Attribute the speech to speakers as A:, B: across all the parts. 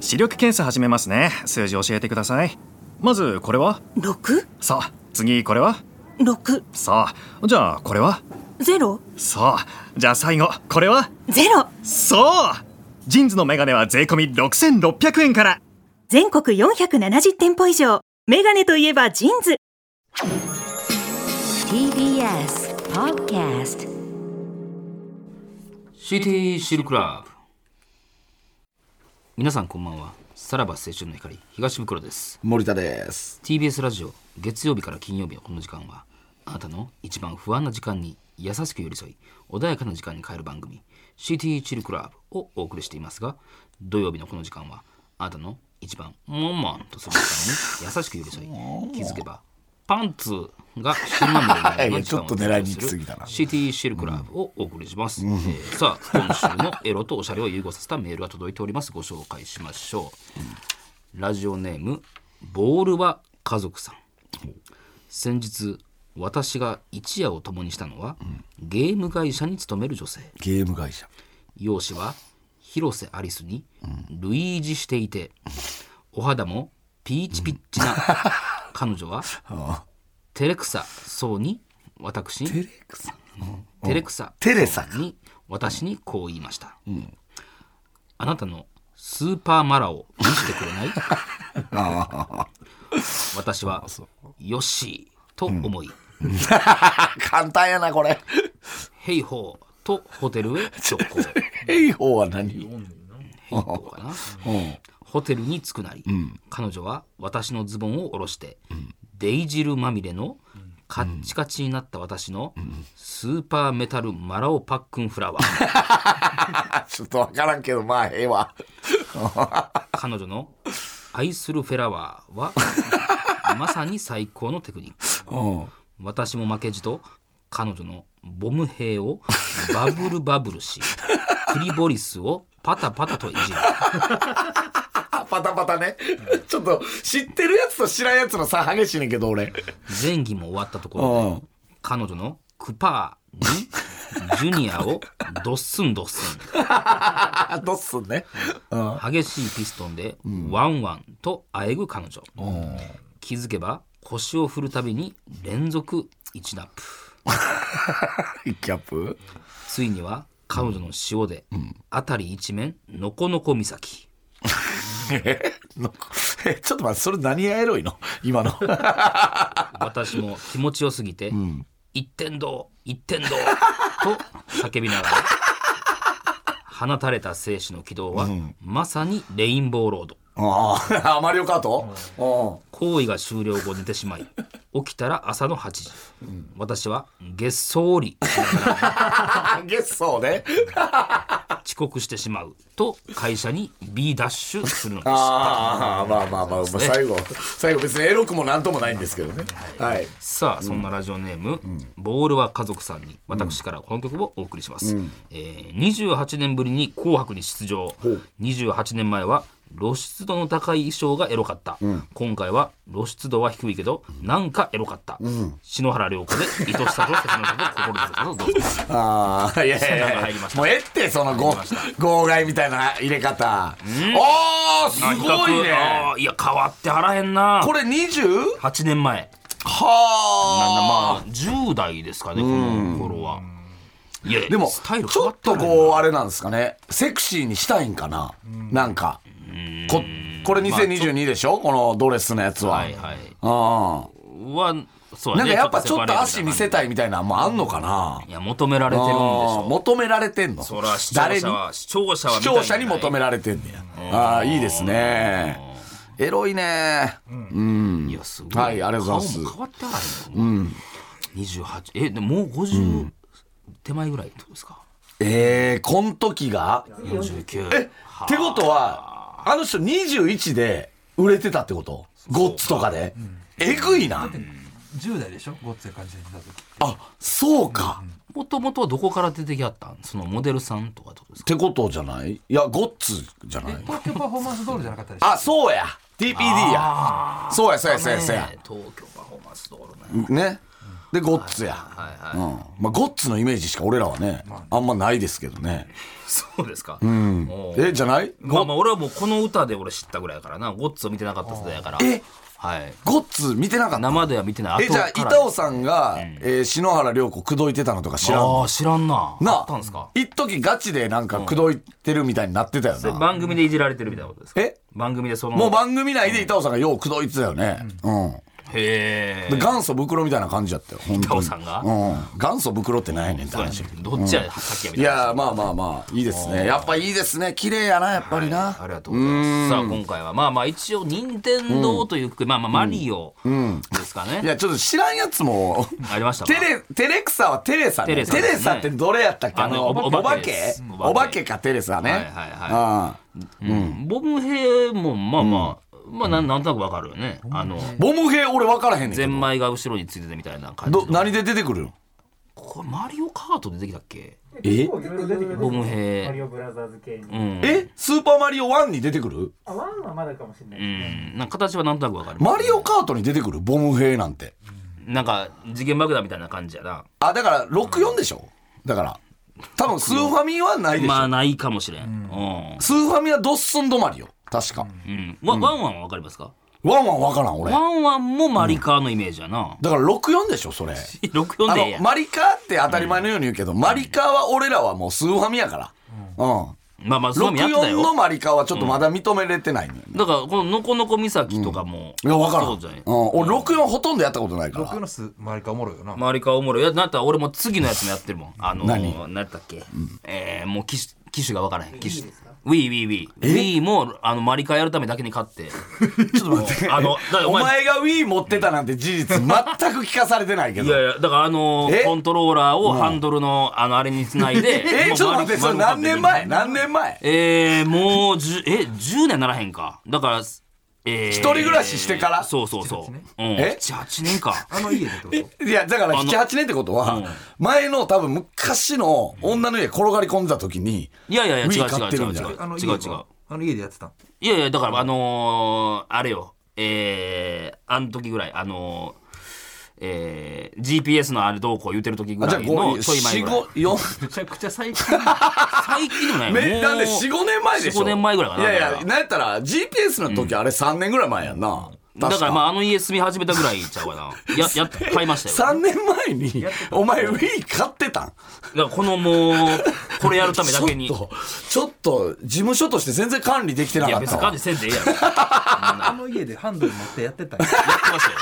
A: 視力検査始めますね数字教えてくださいまずこれは
B: 六
A: さあ次これは
B: 六
A: さあじゃあこれは
B: ゼロ
A: さあじゃあ最後これは
B: ゼロ
A: そうジーンズのメガネは税込6600円から
B: 全国470店舗以上メガネといえばジーンズ
C: TBS Podcast
D: CT シルクラブ皆さんこんばんはさらば青春の光東袋です
E: 森田です。
D: TBS ラジオ月曜日から金曜日のこの時間はあなたの一番不安な時間に優しく寄り添い穏やかな時間に変える番組 CT チルクラブをお送りしていますが土曜日のこの時間はあなたの一番モンモンとする時間に優しく寄り添い気づけばパンツが死ぬまみれになるような時間を
E: ちょっと狙いに行き過ぎたな
D: CT シルクラブをお送りします、えーさあ今週のエロとおしゃれを融合させたメールが届いておりますご紹介しましょう、ラジオネームボールは家族さん先日私が一夜を共にしたのは、ゲーム会社に勤める女性
E: ゲーム会社。
D: 容姿は広瀬アリスにルイージしていて、お肌もピーチピッチ な彼女は照れくさそうに私に
E: テレクサ。
D: 照れくさ
E: テレサ
D: に私にこう言いました、あなたのスーパーマラを見せてくれない 私はよっしーと思い、
E: 簡単やな、これ。
D: ヘイホーとホテルへ直行
E: 英法は何
D: ヘイホーかなホテルに着くなり、彼女は私のズボンを下ろして、デイジルまみれのカッチカチになった私のスーパーメタルマラオパックンフラワー
E: あ、ちょっとわからんけど、まあ、ええわ。
D: 彼女の愛するフェラワー はまさに最高のテクニック私も負けじと彼女のボム兵をバブルバブル しクリボリスをパタパタといじる
E: あ、パタパタね。ちょっと、知ってるやつと知らんやつの差激しいねんけど、俺。
D: 前儀も終わったところで彼女のクパーにジュニアをドッスンドッスン
E: あ、どっすんね。
D: 激しいピストンでワンワンとあえぐ彼女、気づけば腰を振るたびに連続1ナップ
E: キャップ
D: ついには彼女の塩で、辺り一面のこのこ岬
E: のえ、ちょっと待って、それ何がエロいの今の。
D: 私も気持ちよすぎて「一点堂一点堂」と叫びながら放たれた精子の軌道は、まさにレインボーロード
E: ああ、あマリオカートうん
D: 行為が終了後寝てしまい起きたら朝の8時、私はげっそり
E: あ、ゲッソーね。
D: 遅刻してしまうと会社に B ダッシュするのです
E: ああ、まあまあまあ、まあ最後、最後別にエロくもなんともないんですけどね。はい。
D: さあそんなラジオネーム、ボールは家族さんに私からこの曲をお送りします、えー28年ぶりに「紅白」に出場28年前は露出度の高い衣装がエロかった、今回は露出度は低いけどなんかエロかった、篠原涼子で愛しさと切なさと心の底をどうぞ
E: ああ、いやいやい
D: そんなの
E: や
D: 入りまし、た
E: もうええって、その号号外みたいな入れ方。おー、すごいね。
D: あーいや変わってはらへんな
E: これ 20?
D: 8年前なんだま
E: は
D: あ10代ですかねこの頃は。いや
E: あ。でも、
D: スタイル
E: ち
D: 変わ
E: ょっ
D: って
E: と
D: る
E: こう、あれなんですかね。セクシーにしたいんかな。なんか。ここれ2022でしょこのドレスのやつは。
D: はいはい。
E: あ
D: はそう
E: あ。なんか
D: ね
E: やっぱちょっと足見せた
D: い
E: いみたいなのもあんのか
D: な
E: な。
D: いや求められて
E: あ
D: るんでし
E: あ
D: ょ
E: 求められてんの
D: そら視
E: 誰
D: 聴
E: に
D: 者は視聴者は
E: 視聴者に求められてんねや。ああー、いいですね。エロいね。
D: れいやすごい
E: はいありがとうございます
D: 顔も変わってはらへんの28えでももう50手前ぐらいってことですか
E: ええこん時が
D: 49
E: えってことは、あの人21で売れてたってことゴッツとかで。えぐいな。
F: 10代でしょごっつい感じで出た時
E: あ、そうか。っ
D: もともとはどこから出てきはったんそのモデルさんとかってことですか
E: てことじゃないいや、ゴッツじゃない
F: 東京パフォーマンスドールじゃなかったでしょ
E: あ、そうや。TPD や。そうや、そうや、そうや、そうや
D: ね。え東京パフォーマンスドールね
E: ね。でゴッツや、うんまあ、ゴッツのイメージしか俺らはねあんまないですけどね
D: そうですか。うん。
E: えじゃない
D: まあまあ俺はもうこの歌で俺知ったぐらいやからな。ゴッツを見てなかった世代やから。
E: え
D: はい。
E: ゴッツ見てなかった
D: 生では見てない。
E: えじゃあ
D: 後から
E: 板尾さんが、えー篠原涼子口説いてたのとか知らん
D: ああ、知らんな。
E: な
D: あったんですか
E: 一時ガチでなんか口説いてるみたいになってたよ
D: それ
E: な、
D: 番組でいじられてるみたいなことですか
E: え
D: 番組でその。
E: もう番組内で板尾さんがよう口説いてたよねうん、
D: へ
E: で
D: え。
E: 元祖袋みたいな感じだったよ本当に
D: 板尾さんが
E: うん、元祖袋ってないねんって話
D: どっちや、さっきやみ
E: い
D: たいな。
E: やーまあまあまあいいですねやっぱいいですね綺麗やなやっぱりな、
D: ありがとうございます。さあ今回はまあまあ一応任天堂というくくり、まあまあマリオですかね。
E: いやちょっと知らんやつも
D: ありましたか
E: テレテレクサはテレサね
D: テ
E: テ
D: レ
E: レ
D: サ
E: サ,、
D: ですね
E: ってどれやったっけ
D: あのお
E: お
D: 化
E: 化
D: けで
E: け
D: す
E: お化けかテレサね
D: はいはいは
E: うん
D: うんボム兵もまあまあ、まあなんなんとなくわかるよね。あの
E: ボム兵俺分からへんねんけ
D: ゼ
E: ど
D: ンマイが後ろについててみたいな感じ
E: ど
D: の。
E: 何で出てくるの
D: これマリオカート出てきたっけ？
E: え
D: ボム兵。
G: ブラザーズ系に。
D: うん。
E: えスーパーマリオ1に出てくる
G: あ、ワンはまだかもしれない。
D: うん、なんか形はなんとなくわかる。
E: マリオカートに出てくるボム兵なんて
D: なんか次元爆弾みたいな感じやな。
E: あだから64でしょだから多分スーファミはないでしょ、
D: まあないかもしれん。うん。
E: スーファミはドッスン止まりよ確か、
D: うん。ワンワンはわかりますか？
E: ワンワン分からん俺
D: ワンワンもマリカーのイメージやな。
E: だから64でしょそれ
D: 六四
E: あ
D: でええ
E: の
D: やん。
E: マリカーって当たり前のように言うけど、マリカーは俺らはもうスーファミやからうん、
D: まあまあそういうのやってた
E: 64の
D: よ。
E: マリカーはちょっとまだ認めれてないのよ、
D: だからこのノコノコ岬とかも、
E: いや分からん
D: そうじゃない。
E: うん、俺64ほとんどやったことないか
F: 僕
E: ら
F: のす周りかおもろいよな。
D: マリカおもろい。いやなったら俺も次のやつもやってるもん。あの
E: 何
D: ー、何やったっけ、えー、もう機種機種が分からへん。機種。ウィーウィーウィー。ウィーもあのマリカやるためだけに買って。
E: ちょっと待って
D: あの、だから
E: お
D: お前。
E: 前が Wii 持ってたなんて事実全く聞かされてないけ
D: い
E: ど
D: やいや、だからあのー
E: え
D: コントローラーをハンドルの、あの、あれにつないで。
E: え
D: もう
E: ちょっと待ってそれ
D: 丸
E: 何
D: 丸ごと
E: 年前何年前
D: えー、もう十え十年ならへんか。だから、えー、
E: 一人暮らししてから
D: そうそうそう。うん、
E: え
D: 7、8年か。
F: あの家でってこと
E: いやだから78年ってこと
D: うん
E: は前の多分昔の女の家転がり込んだ時に
D: いやいやいや、違う
E: Wii
D: 違
E: 買
D: う
E: っ
D: 違
E: てる
D: うん
E: じゃ
D: 違
E: な
D: う
E: い
F: あの
D: 違
F: 家
D: う違
F: で
D: う。
F: あの家でやってたん。
D: いやいや、だからあのー、あれよ、えー、あの時ぐらい、あのー、えー、GPS のあれどうこう言うてる時ぐ
E: あじゃ
D: ら
E: あ
D: いの
E: 5
D: ちょい前
E: 4
D: ぐらい。
E: 5 4
F: めちゃくちゃ最近。
D: 最近でもないも
E: めなんで45年前でしょ
D: 4 5年前ぐらいかない
E: やいやなんやったら GPS の時あれ3年ぐらい前やんな、
D: だ
E: 確
D: か
E: から
D: まああの家住み始めたぐらいちゃうかな。や、やっと買いましたよ。
E: 3年前にお前 Wii 買って
D: だ
E: たん
D: からこのもう、これやるためだけに。
E: ちょっ
D: い
E: とちょっと事務所として全然管理できてな
D: や
E: かっ
D: 別
E: た
D: に
E: わ
D: 感じせんでええやろ。や
F: あの家でハンドル持ってやってたんや。
D: ってましたよ。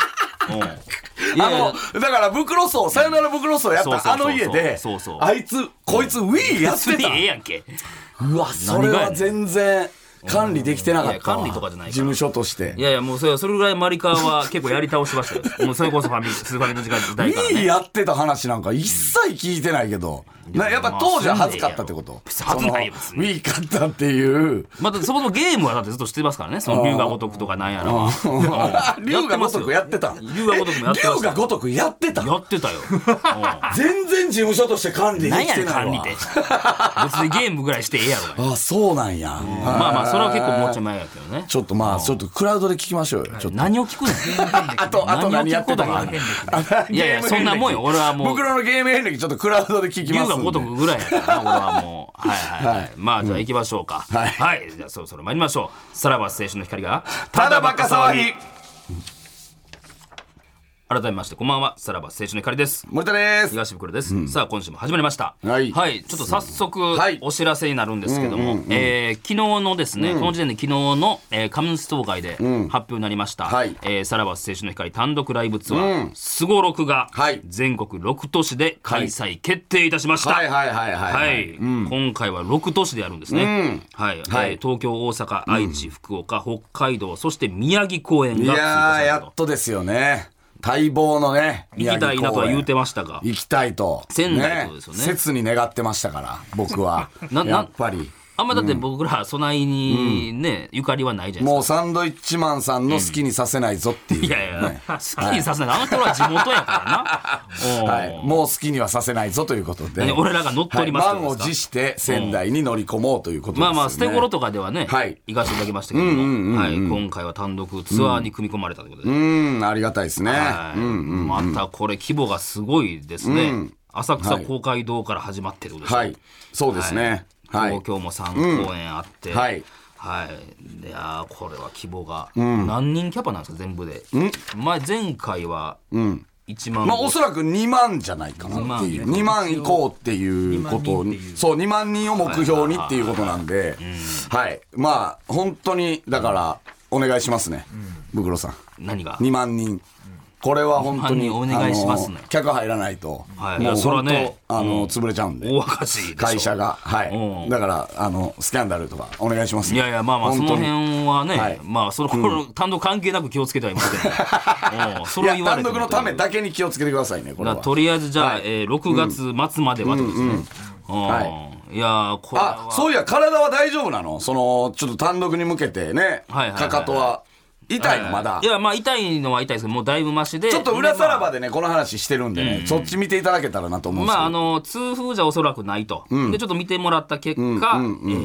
D: うん。いやいや
E: あ、のだから袋荘さよなら袋荘やっ
D: そうそう
E: たあ
D: そう
E: の家で
D: そうそう
E: あいつこいつ Wii やっ
D: 別
E: て
D: に
E: た
D: ええやんけ。
E: うわそれ
D: 何がや
E: は
D: ねん
E: 全然管理できてなかったわ
D: いや管理とかじゃないから
E: 事務所として
D: いやいや、もうそれそれぐらいマリカーは結構やり倒しましたよ。もうそれこそファミ、スーファミの時間代から
E: Wii
D: ね。
E: やってた話なんか一切聞いてないけどなやっぱ当時は恥ずかったってこと
D: 別に恥ずないよ別
E: そ
D: に
E: の Wii 買ったって いう
D: まあ、だってそもそもゲームはだってずっとしてますからね。その龍が如くとかなんやらは。うん
E: 龍が如くやってた
D: や龍が如くもやってま
E: 龍
D: した
E: が
D: よ。
E: 如くやってた
D: やってたよ。う
E: 全然事務所として管理
D: ん
E: でき
D: なんや
E: て
D: ねん、
E: ない
D: 管理
E: わ
D: って。別にゲームぐらいしてええやろが。
E: あそうなんやま
D: まあまあ、それは結構もうちょい前やけどね。
E: ちょっとまあちょっとクラウドで聞きましょうよちょっと
D: 何を聞くねん。
E: あとあと何やってた
D: 何を
E: か
D: 聞くことがあるいやいや、そんなもんよ。俺はもう
E: 僕。らのゲーム遍歴ちょっとクラウドで聞き
D: 龍
E: ます
D: が
E: んで
D: 如くぐらいやからな、俺はもう。はいはいはい。
E: はい
D: まあ、じゃあ行きましょうか。はい。じゃあそろそろ参りましょう。さらば青春の光が、
E: ただバカ騒ぎ
D: 改めまして、こんばんは。さらば青春の光です。
E: 森田です
D: 東袋です、さあ今週も始まりました
E: は
D: ち
E: い
D: ょっと早速
E: はい
D: お知らせになるんですけども、えー昨日のですね、この時点で昨日の、えー、株主総会で発表になりました、
E: はい
D: えーさらば青春の光単独ライブツアーすごろくが
E: はい
D: 全国6都市で開催決定いたしました、
E: はいはいはいはい
D: は
E: はい
D: い、今回は6都市でやるんですね、はい、
E: はい
D: えー東京大阪愛知、福岡北海道そして宮城公演
E: い
D: が追加
E: や
D: さ
E: ー
D: れ
E: や
D: る
E: っ
D: と
E: とですよね待望のね
D: 行きたいなとは言うて
E: ま
D: ましたが
E: 行きたいと
D: 仙台ってことですよね
E: 切に願ってましたから僕は
D: なな
E: やっぱり
D: あんまだって僕ら備えにね、ゆかりはないじゃない
E: も
D: で
E: う
D: すか。
E: サンドイッチマンさんの好きにさせないぞっていう、
D: いやいや、
E: ね
D: 好きにさせない。あの人は地元やからな。お
E: は
D: ー
E: い、もう好きにはさせないぞということで
D: 何俺らが乗っ取ります
E: はい満を持して仙台に乗り込もうということですよ
D: ま
E: ね
D: あまあ、捨て頃とかではね、
E: はい
D: 行かせていただきましたけども、はい、今回は単独ツアーに組み込まれたということで、
E: うんありがたいですね、
D: はいまたこれ規模がすごいですね。浅草公会堂から始まってってことですね
E: はいそうですねはい、
D: 東京も3公演あって、
E: うんはい
D: はいいやーこれは規模が、何人キャパなんですか全部で、前前回は1万、
E: まあおそらく2万じゃないかなっていう2万行こうっていうことをそう2万人を目標にっていうことなんではいまあ本当にだからお願いしますねブクロさん
D: 何が
E: 2万人これは本当に
D: 2万人お願いしますね
E: あの客入らないと
D: はいい
E: も
D: や
E: う
D: それは
E: 本当
D: ね
E: あ
D: うん
E: の潰れちゃうんで
D: 大赤字でしょ
E: 会社がは
D: うん
E: いだからあのスキャンダルとかお願いします
D: い
E: ね
D: やいやまあまあそ
E: 本
D: の
E: 当に
D: 辺はね、
E: はい
D: まあその、この単独関係なく気をつけてはいますけど、 ねうんそ
E: い
D: れを
E: や
D: 言わ
E: 単
D: れても
E: 独のためだけに気をつけてくださいねこれ
D: だ
E: は
D: からとりあえずじゃあ、
E: はい
D: えー6月末まではってことですね、うん、
E: はい
D: やーこれは
E: あそういや体は大丈夫なのそのちょっと単独に向けてね、
D: はいはいはいはい
E: かかとは痛いのまだ、
D: いやまあ痛いのは痛いですけどもうだいぶマシで
E: ちょっと裏さらばでねこの話してるんでね、そっち見ていただけたらなと思うんです
D: ま
E: けど、
D: ああの痛風じゃおそらくないと、でちょっと見てもらった結果、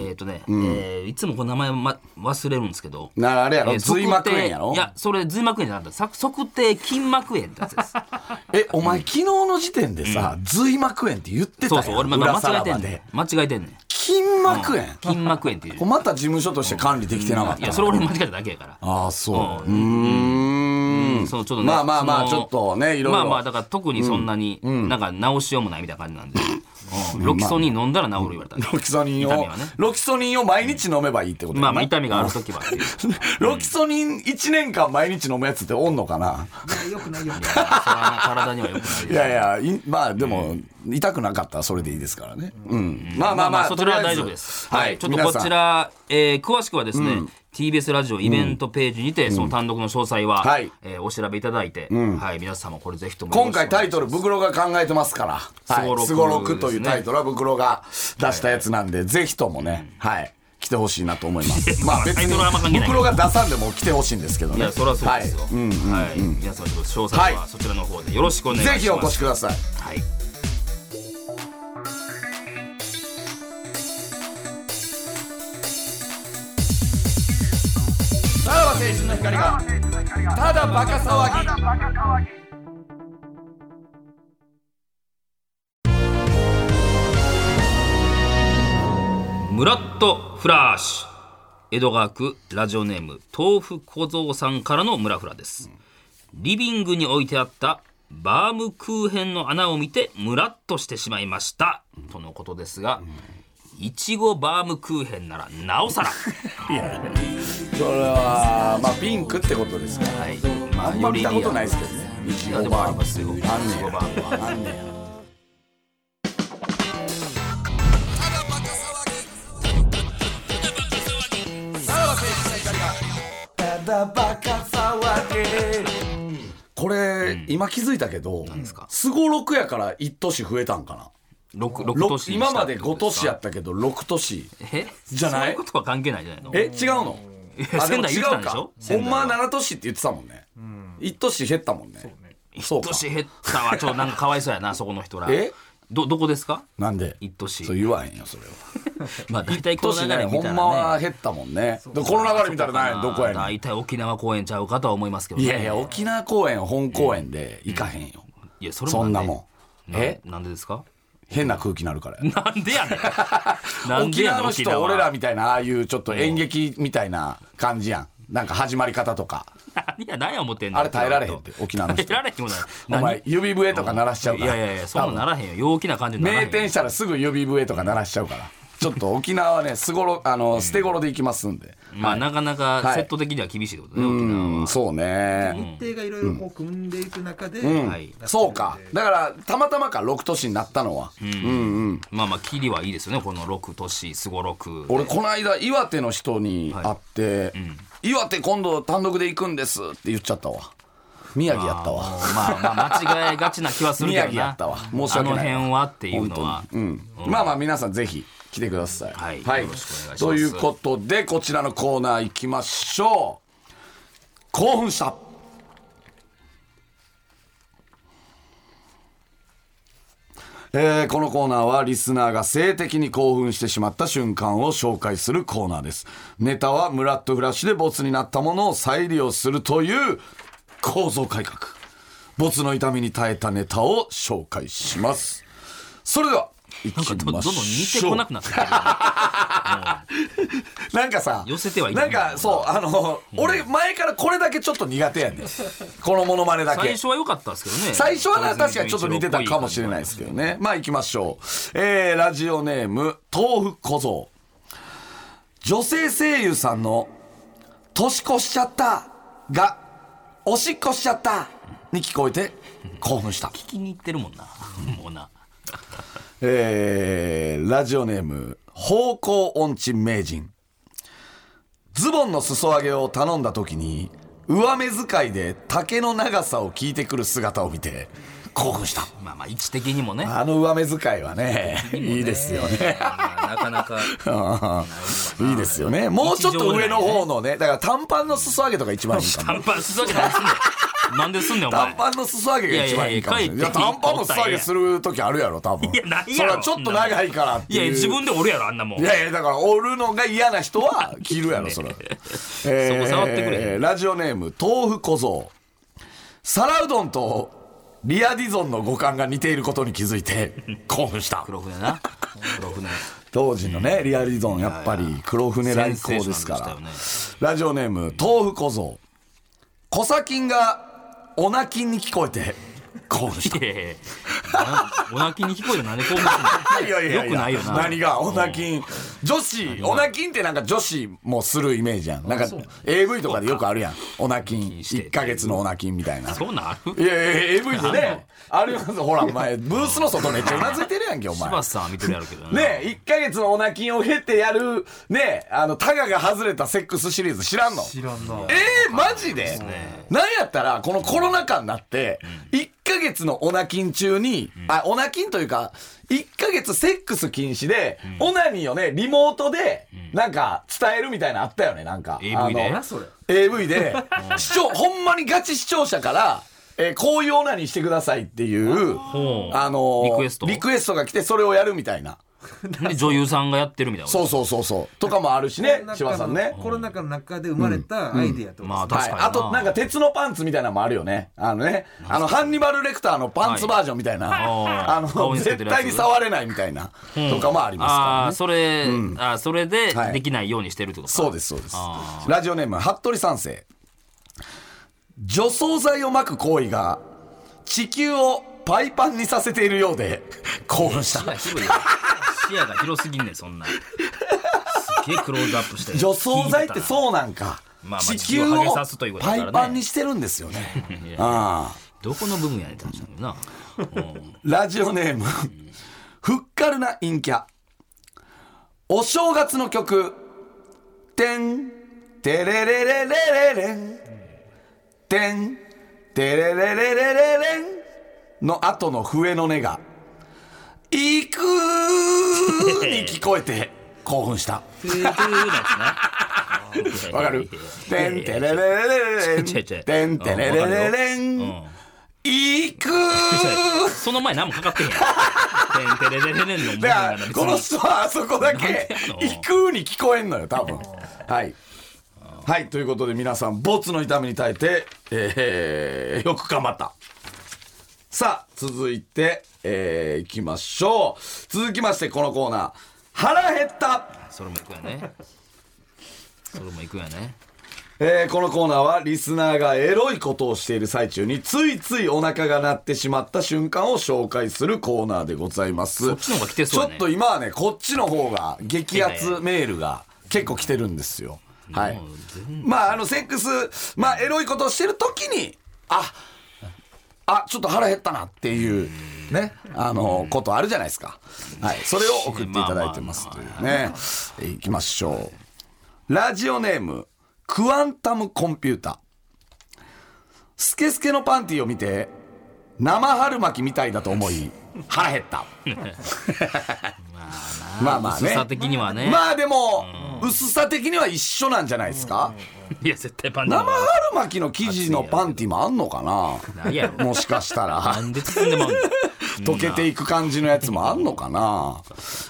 D: えっ、とね、えーいつもこの名前、ま、忘れるんですけど
E: なあれやろ
D: えー
E: 髄膜炎や
D: 測定
E: ろ
D: いやそれ髄膜炎じゃなくてさ測定筋膜炎ってやつです
E: えお前昨日の時点でさ、髄膜炎って言ってた
D: そ
E: や
D: うんそう俺、ま
E: 裏
D: ま
E: さ
D: 間違
E: ら
D: えて
E: ば
D: んね
E: で
D: ん間違えてんねん
E: 筋膜炎、
D: 筋膜炎っていう
E: これまた事務所として管理できてなかった
D: い
E: な、
D: やそれ俺間違えただけやから
E: ああそううーん
D: そのちょっとね
E: まあまあまあ
D: そ
E: ち
D: の
E: ょっとねいろいろ
D: まあまあだから特にそんなに、なんか治しようもないみたいな感じ なんで、うんロキソニン飲んだら治る言われた、
E: ロキソニン
D: 痛
E: を、
D: みはね
E: ロキソニンを毎日飲めばいいってことや
D: まあ
E: な
D: まあ痛みがある時はって いう
E: ロキソニン1年間毎日飲むやつっておんのかな、
F: よくないよ
D: いやそれは体には良くないです
E: いやいやいまあでも、痛くなかったらそれでいいですからねうん、まあまあまあ
D: そ
E: と
D: ち
E: り
D: ら
E: あ
D: は
E: えず
D: 大丈夫です。
E: は
D: はいい、ちょっとこち
E: 皆さん
D: ら、えー詳しくはですね、TBS ラジオイベントページにて、その単独の詳細は、
E: はい
D: えーお調べいただいて、はい、皆様これぜひとも
E: 今回タイトル「
D: ブ
E: ブクロが考えてますから
D: すごろく
E: はいすごろく」というタイトルはブクロが出したやつなんでぜひともねはい来てほしいなと思いますまあ別
D: タイトルはあんま関係
E: にブ
D: ない
E: クロが出さんでも来てほしいんですけどね
D: いやそれはそうですよ。
E: は
D: はい、
E: いうん
D: 皆様ちょっと詳細
E: は
D: はいそちらの方でよろしくお願いしま
E: ぜ
D: す。
E: ひお越しください
D: はい。
E: さらば青春の光がただバカ騒ぎ
D: ムラッとフラッシュ江戸川区ラジオネーム豆腐小僧さんからのムラフラです、リビングに置いてあったバームクーヘンの穴を見てムラッとしてしまいました、とのことですが、いちごバームクーヘンならなお さら
E: それはまあピンクってことですから
D: はい
E: あんま見たことないですけどねい
D: い
E: ち
D: やで
E: ご
D: も
E: バ
D: あ
E: ー
D: り
E: ム
D: ますよいち
E: あんね
D: ご
E: や
D: バームは
E: あんねやこれ、今気づいたけど
D: ですか
E: すごろくやから1都市増えたんかな
D: 六六都市にした
E: 今まで5都市や
D: っ
E: ったけど6都市
D: てことですかえ
E: じゃな
D: そ
E: い
D: ういうことは関係ないじゃないの
E: え違うの
D: や仙台言ってたんでしょ
E: ほんまは
D: 仙台
E: 7都市って言ってたもんね1都市減ったもんねそう
D: 一
E: か
D: 都市減ったわちょっとなんかかわいそうやなそこの人ら
E: え
D: どどこですか
E: なんで
D: 一都市
E: そう言わへんよそれは
D: まあ大体こ
E: 都
D: の
E: 市
D: 流
E: ね
D: れ見
E: ほ
D: たら
E: ん
D: ね
E: まは減ったもんねでこの流れ見たら何やどこやね
D: 大体沖縄公演ちゃうかとは思いますけど
E: ん
D: ね
E: いやいや沖縄公園本公園で行かへんよ
D: いやそれも
E: そんなもん
D: な
E: え
D: なんでですか
E: 変な空気になるからや
D: なんでやね んなんで
E: 沖
D: やね
E: 縄
D: ん
E: の人俺らみたいなああいうちょっと演劇みたいな感じやんなんか始まり方とか
D: 何や何や思ってんの
E: あれ耐えられへんって沖縄の
D: 耐
E: 人
D: えられへんもない
E: お前指笛とか鳴らしちゃう
D: い
E: から
D: やいやいやそんなんならへんよ陽気な感じにならへ
E: 名
D: ん
E: 店したらすぐ指笛とか鳴らしちゃうからちょっと沖縄はねすごろあの捨て頃で行きますんで
D: まあなかなか
E: はい
D: セット的には厳しいってことね、沖縄
E: うんそうね
F: 日程がいろいろこう組んでいく中で、
D: はい
E: そうかだからたまたまか6都市になったのは
D: まあまあキリはいいですよねこの六都市すごろく
E: 俺この間岩手の人に会って、岩手今度単独で行くんですって言っちゃったわ宮城やったわ
D: まあまあ間違えがちな気はするけどな
E: 宮城やったわ申し訳ない
D: あの辺はっていうのは
E: うんまあまあ皆さんぜひ来てください。
D: はいよろしくお願いします
E: ということで、こちらのコーナー行きましょう。興奮した。えーこのコーナーはリスナーが性的に興奮してしまった瞬間を紹介するコーナーです。ネタはムラッとフラッシュでボツになったものを再利用するという構造改革。ボツの痛みに耐えたネタを紹介します。それでは、行
D: なんかど
E: き
D: ど
E: ま
D: ん
E: し
D: ど
E: ょ
D: ん
E: う。
D: 似てこなくなってきてるね
E: なんかさ、
D: 寄せてはいか
E: なんんかそう、あの、俺前からこれだけちょっと苦手やねん。このモノマネだけ
D: 最。初は良かったですけどね
E: 最初はな確かにちょっと似てたかもしれないですけどね。まあ行きましょう。えー、ラジオネーム、豆腐小僧。女性声優さんの、年越しちゃったが、おしっこしちゃったに聞こえて興奮した。
D: 聞きに行ってるもんなもうな
E: えーラジオネーム、方向音痴名人。ズボンの裾上げを頼んだ時に、上目遣いで竹の長さを聞いてくる姿を見て、興奮した。
D: まあまあ位置的にもね
E: あの上目遣いはね、いいですよね。
D: まあなかなか
E: いいですよね。もうちょっと上の方のね、だから短パンの裾上げとか一番いいかも。
D: 短パンすわけないすんねんなんですんねんお前
E: 短パンの裾上げが一番いいかもしれない。
D: い
E: い
D: やいや
E: や、
D: いや
E: 短パンの裾上げする時あるやろ、多分。
D: いやないや
E: それ
D: ろ
E: はちょっと長いからって
D: い
E: いう。
D: や自分でおるやろあんなもん
E: いやいやだから折るのが嫌な人は着るやろそれ、 え
D: そこ触ってくれ
E: ーラジオネーム豆腐小僧皿うどんとリアディゾンの五感が似ていることに気づいて興奮した
D: 黒船な黒船
E: 当時のねリアディゾンやっぱり黒船来航ですか
D: セ
E: ら
D: ンセーショナルで
E: ラジオネーム豆腐小僧小砂金がオナキンに聞こえ て興奮した
D: いやいやいやなお泣きに聞こえるなんでこうなってんの
E: いやいやいや
D: よくないよな
E: 何がオナキン女子オナキンってなんか女子もするイメージやんなんか AV とかでよくあるやんオナキン
D: して
E: 1ヶ月のオナキンみたいな
D: そうなんある
E: いやいやいや AV でねありますほらお前ブースの外めっちゃうなずいてるやんけお前
D: 柴田さんは見てるやろうけどな
E: ね一1ヶ月のオナキンを経てやるねあのタガが外れたセックスシリーズ知らんの
F: 知らんな。
E: えー、マジでなんやったら、このコロナ禍になって、1ヶ月のオナキン中に、あ、オナキンというか、1ヶ月セックス禁止で、オナニーをね、リモートで、なんか、伝えるみたいなのあったよね、なんか。
D: AV で
E: あの
F: それ。
E: AV で、視聴、ほんまにガチ視聴者から、えーこういうオナニーしてくださいっていう、
D: ほう
E: あの
D: リ
E: ー
D: クエスト
E: リクエストが来て、それをやるみたいな。
D: で女優さんがやってるみたいな
E: そうそうそうそう。とかもあるしね、千葉さんね。
F: コロナ禍の中で生まれたアイディアと。
D: まあ
E: は
D: 確
E: い、
D: かに
E: あとなんか鉄のパンツみたいなのもあるよねあのねあのハンニバル・レクターのパンツバージョンみたいな、
D: あ
E: あ
D: ー
E: の
D: 顔につけて
E: 絶
D: るやつ
E: 対に触れないみたいなとかもありますから
D: あ
E: ね、
D: あそれ、あーそれで
E: はい
D: できないようにしてるってことか
E: そうですそうですラジオネーム服部三世除草剤をまく行為が地球をパイパンにさせているよ うで興奮し
D: 視野
E: た
D: 広いよ視野が広すぎんねんそんなんすげえクローズアップして
E: 除草剤ってそうなんか
D: まあまあ
E: 地球
D: 地球を
E: を
D: 剥げさすということだ
E: パ
D: からね
E: イパンにしてるんですよね ああ
D: どこの部分やねんって話なん だけどな、うん
E: ラジオネーム、ふっかるな陰キャ。お正月の曲、てん、てれれれれれれん、てん、てれれれれれれん、の後の笛の音が、行くーに聞こえて興奮した。
D: ふーふーなんてな
E: わかるてんてれれれれれん、てんてれれれれん、行くー
D: その前何もかかってへんやんてんてれれれれんのも
E: だからこの人はあそこだけ
D: なんでやの
E: 行くに聞こえんのよ多分はいはいということで皆さんボツの痛みに耐えて、えーよく頑張ったさあ続いて、えーいきましょう続きましてこのコーナー腹減った
D: それも行くやねそれも行くやね
E: えーこのコーナーはリスナーがエロいことをしている最中についついお腹が鳴ってしまった瞬間を紹介するコーナーでございます
D: そっちの方が来てそうやね
E: ちょっと今はねこっちの方が激アツメールが結構来てるんですよはい
D: もう全然
E: まああのセックスまあエロいことをしてる時にああちょっと腹減ったなっていうねあのことあるじゃないですかはいそれを送っていただいてますというねえいきましょうラジオネームクワンタムコンピュータスケスケのパンティを見て生春巻きみたいだと思い腹 減った。まあまあね
D: 薄さ的にはね。
E: まあでも、薄さ的には一緒なんじゃないですか、
D: いや、絶対パンダ
E: 生
D: の方が
E: 春巻きの生地のパンティもあんのかな
D: ないやろ。
E: もしかしたら
D: なんで包んでもあんの
E: 溶けていく感じのやつもあんのかな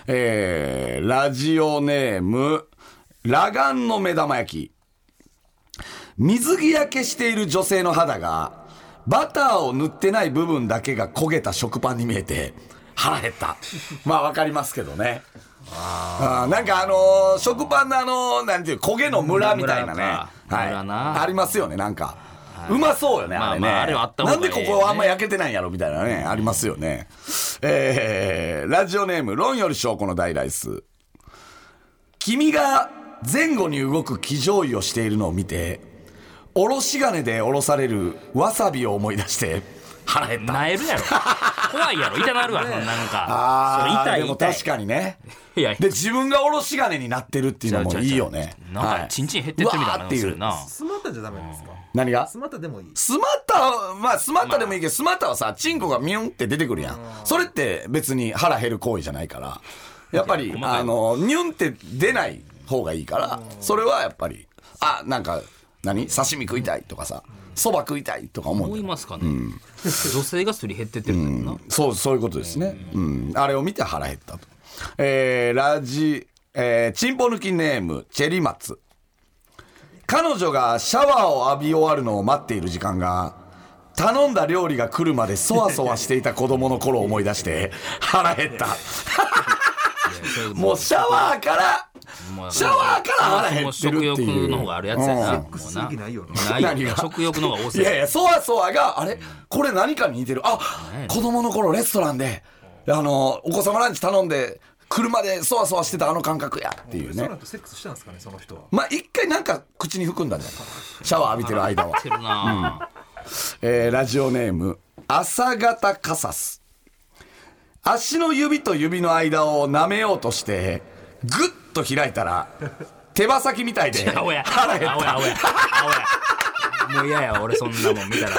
E: えー、ラジオネーム、裸眼の目玉焼き。水着焼けしている女性の肌が、バターを塗ってない部分だけが焦げた食パンに見えて、腹減った。まあわかりますけどね。あーなんかあのー食パンのあのーなんていう、焦げのムラみたいなね。
D: ムラかムラ
E: はい。
D: な
E: ありますよね、なんか。うまそうよね、あれね。
D: まあまああれはあった方がいいよね
E: なんでここはあんま焼けてないんやろみたいなね、ありますよね。えー、ラジオネーム、論より証拠の大ライス。君が前後に動く騎乗位をしているのを見て、おろし金でおろされるわさびを思い出して、腹減った。
D: なえる やろ。怖いやろ。痛なるわ、そんななんか。
E: あ
D: それ
E: ー
D: 痛い。
E: でも
D: 痛い
E: 確かにね。
D: いや
E: で、自分がおろし金になってるっていうのもいいよね。
D: なんか
E: はい、
D: チンチン減ってってみたいな
E: うわーっていう
D: な。
F: スマタじゃダメなんですか
E: 何が
F: スマタでもいい
E: スマッタは、まあ、スマッタでもいいけど、スマッタはさ、チンコがミュンって出てくるやん。それって別に腹減る行為じゃないから、やっぱり、
D: 細かい
E: あの、ニュンって出ない方がいいから、それはやっぱり、あ、なんか、何刺身食いたいとかさ、そば食いたいとか思うんだ
D: 思い
E: よ
D: ますかね。女性がすり減ってってるんだよな。
E: そう、そういうことですね。うん。あれを見て腹減ったと。えー、ラジ、えー、チンポ抜きネーム、チェリマツ。彼女がシャワーを浴び終わるのを待っている時間が、頼んだ料理が来るまでそわそわしていた子供の頃を思い出して、腹減った。もうシャワーから、シャワーから腹減ってるっていう
D: も食欲の方があるやつやな。もうな
F: する気ないよな
D: ないよ。食欲の方が旺
E: いやい
D: 盛。
E: や、そわそわが、あれこれ何かに似てる。あ子供の頃レストランで、あの、お子様ランチ頼んで、車でそわそわしてたあの感覚やっていう
F: そ
E: ね
F: の。後セックスしたんですかねその人は
E: まあ、一回なんか口に含んだね。シャワー浴びてる間は
D: っ。てるな。
E: えーラジオネーム、朝方カサス。足の指と指の間を舐めようとして、ぐっと開いたら、手羽先み たいで、
D: 青や。
E: 腹減っ
D: 青や、
E: た。
D: 青や。青や。もう嫌や、俺そんなもん見たら。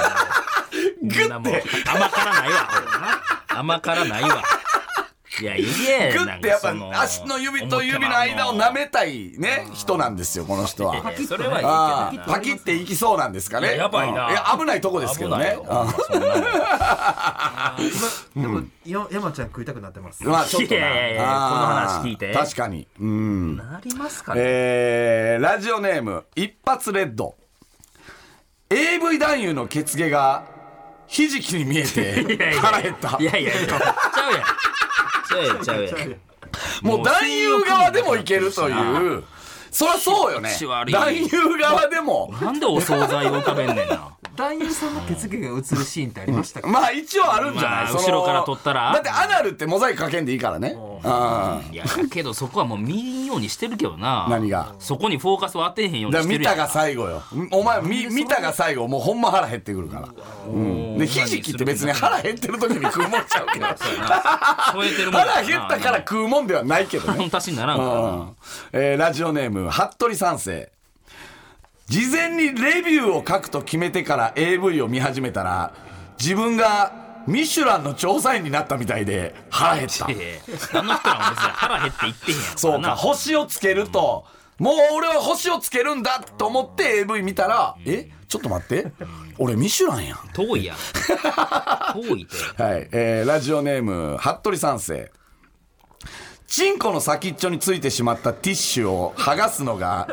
D: グなもう甘辛ないわ。甘辛ないわ。いや、いいえ。
E: グ
D: な
E: ッ
D: んか
E: てやっぱ
D: その
E: 足の指と指の間を舐めたいね、人なんですよ、この 人は。
D: いやいやそれは
E: あ
D: いいけ
E: あ
D: どな
E: パキっていきそうなんですか
D: いや
E: ね。
D: やばいな
E: うんや危ないとこですけど
D: 危な
E: ね
D: い。よそんなの
F: 今でもや山ちゃん食いたくなってます
E: うんまあちょっとな。
D: いやいやいや
E: ああ
D: この話聞いて
E: 確かに。うん。
D: なりますかね。
E: えーラジオネーム、一発レッド。AV 男優のケツ毛が、ひじきに見え
D: いやい
E: て
D: や
E: 腹減った
D: い。やいやいや、ちゃうやん。ちゃうやん、ちゃうやん。
E: もう男優側でもいけると
D: う
E: いう。そりゃそうよね
D: 気持ち。悪い
E: 男優側でも。
D: なんでお惣菜を浮かべんねんな。
F: 男優さんの血液が映るシーンってありましたか
E: まあ一応あるんじゃな
D: ま
E: い、
D: あ
E: その
D: 後ろから撮ったら
E: だってアナルってモザイクかけんでいいからね。うん
D: いや、だけどそこはもう見んようにしてるけどな。
E: 何が
D: そこにフォーカスを当てへんように
E: だ
D: し
E: から
D: て
E: 見
D: るや
E: た
D: ん。
E: が最後よ。お前、み見たが最後、もうほんま腹減ってくるから。うん。で、ひじきって別に腹減ってる時に食うもんちゃうけど。
D: 添えてるもんやな
E: 腹減ったから食うもんではないけどね。
D: 足しにならん
E: う
D: からな。
E: ん。えーラジオネーム、服部三世。事前にレビューを書くと決めてから AV を見始めたら、自分がミシュランの調査員になったみたいで腹減った
D: い。やいやあの人らも別に腹減って言ってへんやん。
E: そうか、星をつけると、もう俺は星をつけるんだと思って AV 見たら、えちょっと待って、俺ミシュランやん。
D: 遠いやん。遠いって。
E: はい、えーラジオネーム、服部三世。チンコの先っちょについてしまったティッシュを剥がすのが、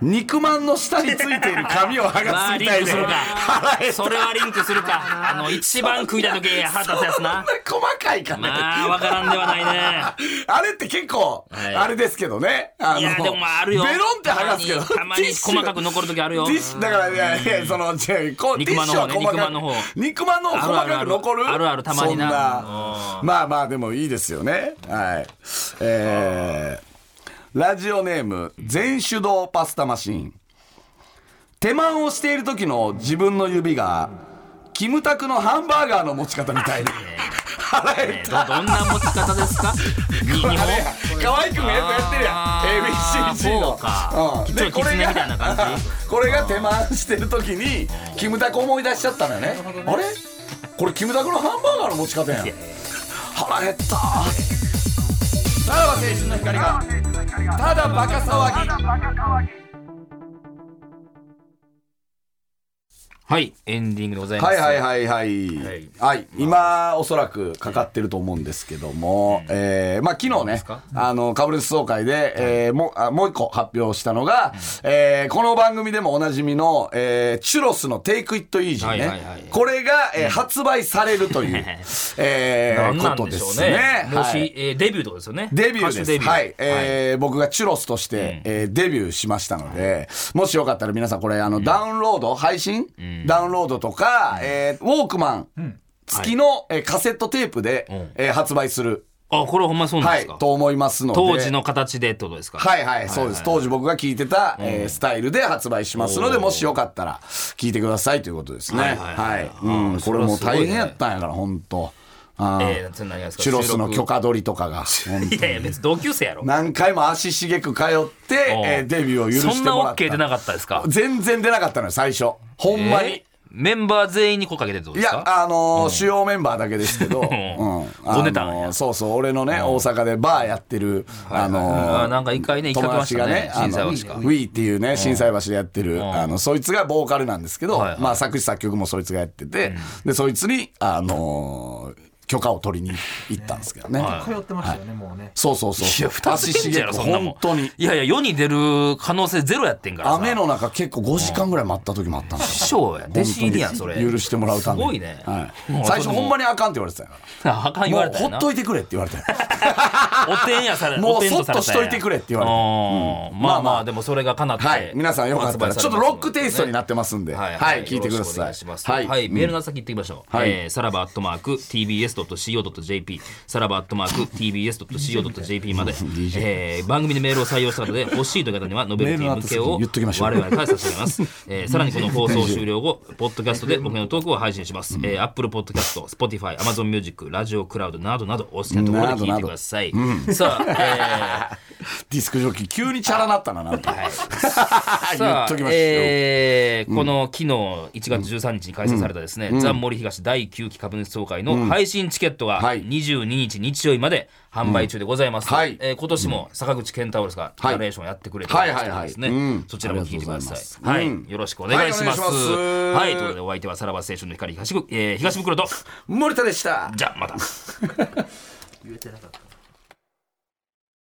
E: 肉まんの下についている紙を剥
D: ま
E: が
D: あ
E: すみ
D: リン
E: たい
D: ク
E: で。
D: するか
E: 腹減っ。
D: それはリンクするか。あの、一番食いた時腹立つやつな。
E: 細かいかね。
D: まあ、わからんではないね。
E: あれって結構、
D: はい
E: あれですけどね。 あの
D: いやでもまああるよ
E: ベロンって剥がすけど。
D: たまにたまに細かく残る時あるよ
E: ティッシュだから、いやいや、その、じゃあこう、ティ
D: 肉
E: ッ
D: まん
E: シ
D: の
E: ュは
D: 方ね肉
E: 細かく。
D: まんの方
E: 肉まんの方細かく残
D: あ
E: る
D: るあるあるあるたまにな
E: そん
D: う
E: まあまあ、でもいいですよね。はい。えー、ラジオネーム、全手動パスタマシン。手間をしている時の自分の指が、キムタクのハンバーガーの持ち方 みたいに。腹減っ
D: ど
E: た。
D: どんな持ち方です かに日本
E: あれや可愛く見えるのやってるやん
D: あー
E: ABCG の
D: そうか
E: うん
D: ちょっと
E: これ
D: 狐
E: が
D: みたいな感
E: これが手間してる時にキムタク思い出しちゃったのよねあれこれキムタクのハンバーガーの持ち方やん腹減ったさらば青春の光がただバカ騒ぎ
D: はい、エンディングでございます。
E: はいはいはいはい、はいい今おそらくかかってると思うんですけども、えーまあ、昨日ね
D: か
E: あの株主総会で、えーもうあもう一個発表したのが、えーこの番組でもおなじみの、えーチュロスの「テイクイットイージーね
D: はいはいはい
E: これが、えー発売される という、えー
D: 何な
E: こ
D: ん
E: と
D: で
E: で
D: しょう
E: す
D: ね。
E: ね。
D: もし、
E: はい
D: えーデビューってことですよね。
E: デビュー
D: 歌手デ
E: で
D: ビ
E: す。
D: ュー。
E: はい。えー僕がチュロスとして、えーデビューしましたので、もしよかったら皆さんこれ、あの、ダウンロード、配信、ダウンロードとか、えーウォークマン、付きの、えーカセットテープで、
D: ん
E: えー発売する、
D: あ、これほんまそうなん
E: は
D: で
E: い
D: すか。、
E: と思いますので。
D: 当時の形でってことですか。
E: はいはい、そうです。当時僕が聞いてた、えースタイルで発売しますので、
D: おー
E: もしよかったら聞いてくださいということですね。
D: は
E: はいい
D: はいはい
E: うん、
D: あー
E: これもう
D: それはすごい
E: 大
D: ね
E: 変やったんやから、本当あー
D: えーそれ何がですか
E: チュロスの
D: 収録
E: 許可取りとかが。本当
D: いやいや、別に同級生やろ。
E: 何回も足しげく通って、
D: おう
E: えーデビューを許してもらった
D: そんな OK 出なかったですか。
E: 全然出なかったのよ最初ほんまに、
D: えーメンバー全員に声かけてってこと
E: い
D: です
E: や
D: か
E: あのー主要メンバーだけです けど、うん
D: ご
E: あの
D: ねたんや
E: ーそうそう俺のね、大阪でバーやってる、あの
D: あーなんか一回ね引っ
E: 友
D: 掛けまし
E: 達
D: た
E: が
D: ね
E: ねあの
D: 心斎橋か
E: ウィーっていうね心斎橋でやってる、あのそいつがボーカルなんですけど、
D: はいはい
E: まあ、作詞作曲もそいつがやってて、でそいつに、あのー許可を取りに行ったんですけどね、
F: 通ってましたよね、もうね。
E: そうそうそう
D: いや、二つ出んじゃろ、そんなもん。
E: 本当に
D: いやいや、世に出る可能性ゼロやってんからさ。
E: 雨の中結構5時間ぐらい待った時もあったんですよ
D: 師匠や。弟子入りやん、それ。
E: 許してもらうために
D: すごいね
E: はい
D: もう
E: 最初
D: もう
E: ほんまにあかんって言われてたよ
D: あかん言われた
E: も
D: よ
E: うほ
D: な。
E: っといてくれって言われて
D: おてんやされ
E: もう
D: おてんされたんや
E: そっとしといてくれって言われ
D: う
E: て
D: んまあま
E: まあま
D: あ、
E: あ
D: でもそれがかなって。
E: はい皆さんよかったらちょっとロックテイストになってますんで
D: はい、
E: はい聞いてくだ
D: よろ
E: さい
D: しくお願しますは、
E: はいい
D: メールの先行ってみましょう。
E: はい
D: えーさらばアットマーク tbs.co.jp、さらばアットマーク tbs.co.jp まで、えー番組でメールを採用したので、欲しいという方には、ノベルティ向けを
E: メールの後先に言っときましょう
D: 我々から差し上げます。えーさらにこの放送終了後、ポッドキャストで僕のトークを配信します。えー Apple Podcast、Spotify、Amazon Music、ラジオクラウドなどなど、お好きなところで聞いてください。さあ、えー
E: ディスクジョッキー急にチャラなったななんて言
D: さ
E: っ
D: あ
E: ときましょう
D: えーこの昨日1月13日に開催されたですね、ザン森東第9期株主総会の配信チケットが
E: はい
D: 22日日曜日まで販売中でございます、
E: うんはい
D: えー今年も坂口健太郎ですが、
E: はい
D: ナレーションやってくれてましたのでですね、
E: はいはいはいうん
D: そちらも聞いてください
E: ありがとうございます
D: はい、
E: うん
D: よろしくお願いします,、
E: はいお願いします
D: はいということでお相手はさらば青春の光東,、えー東袋と
E: 森田でした
D: じゃあまた
F: 言えてなかった。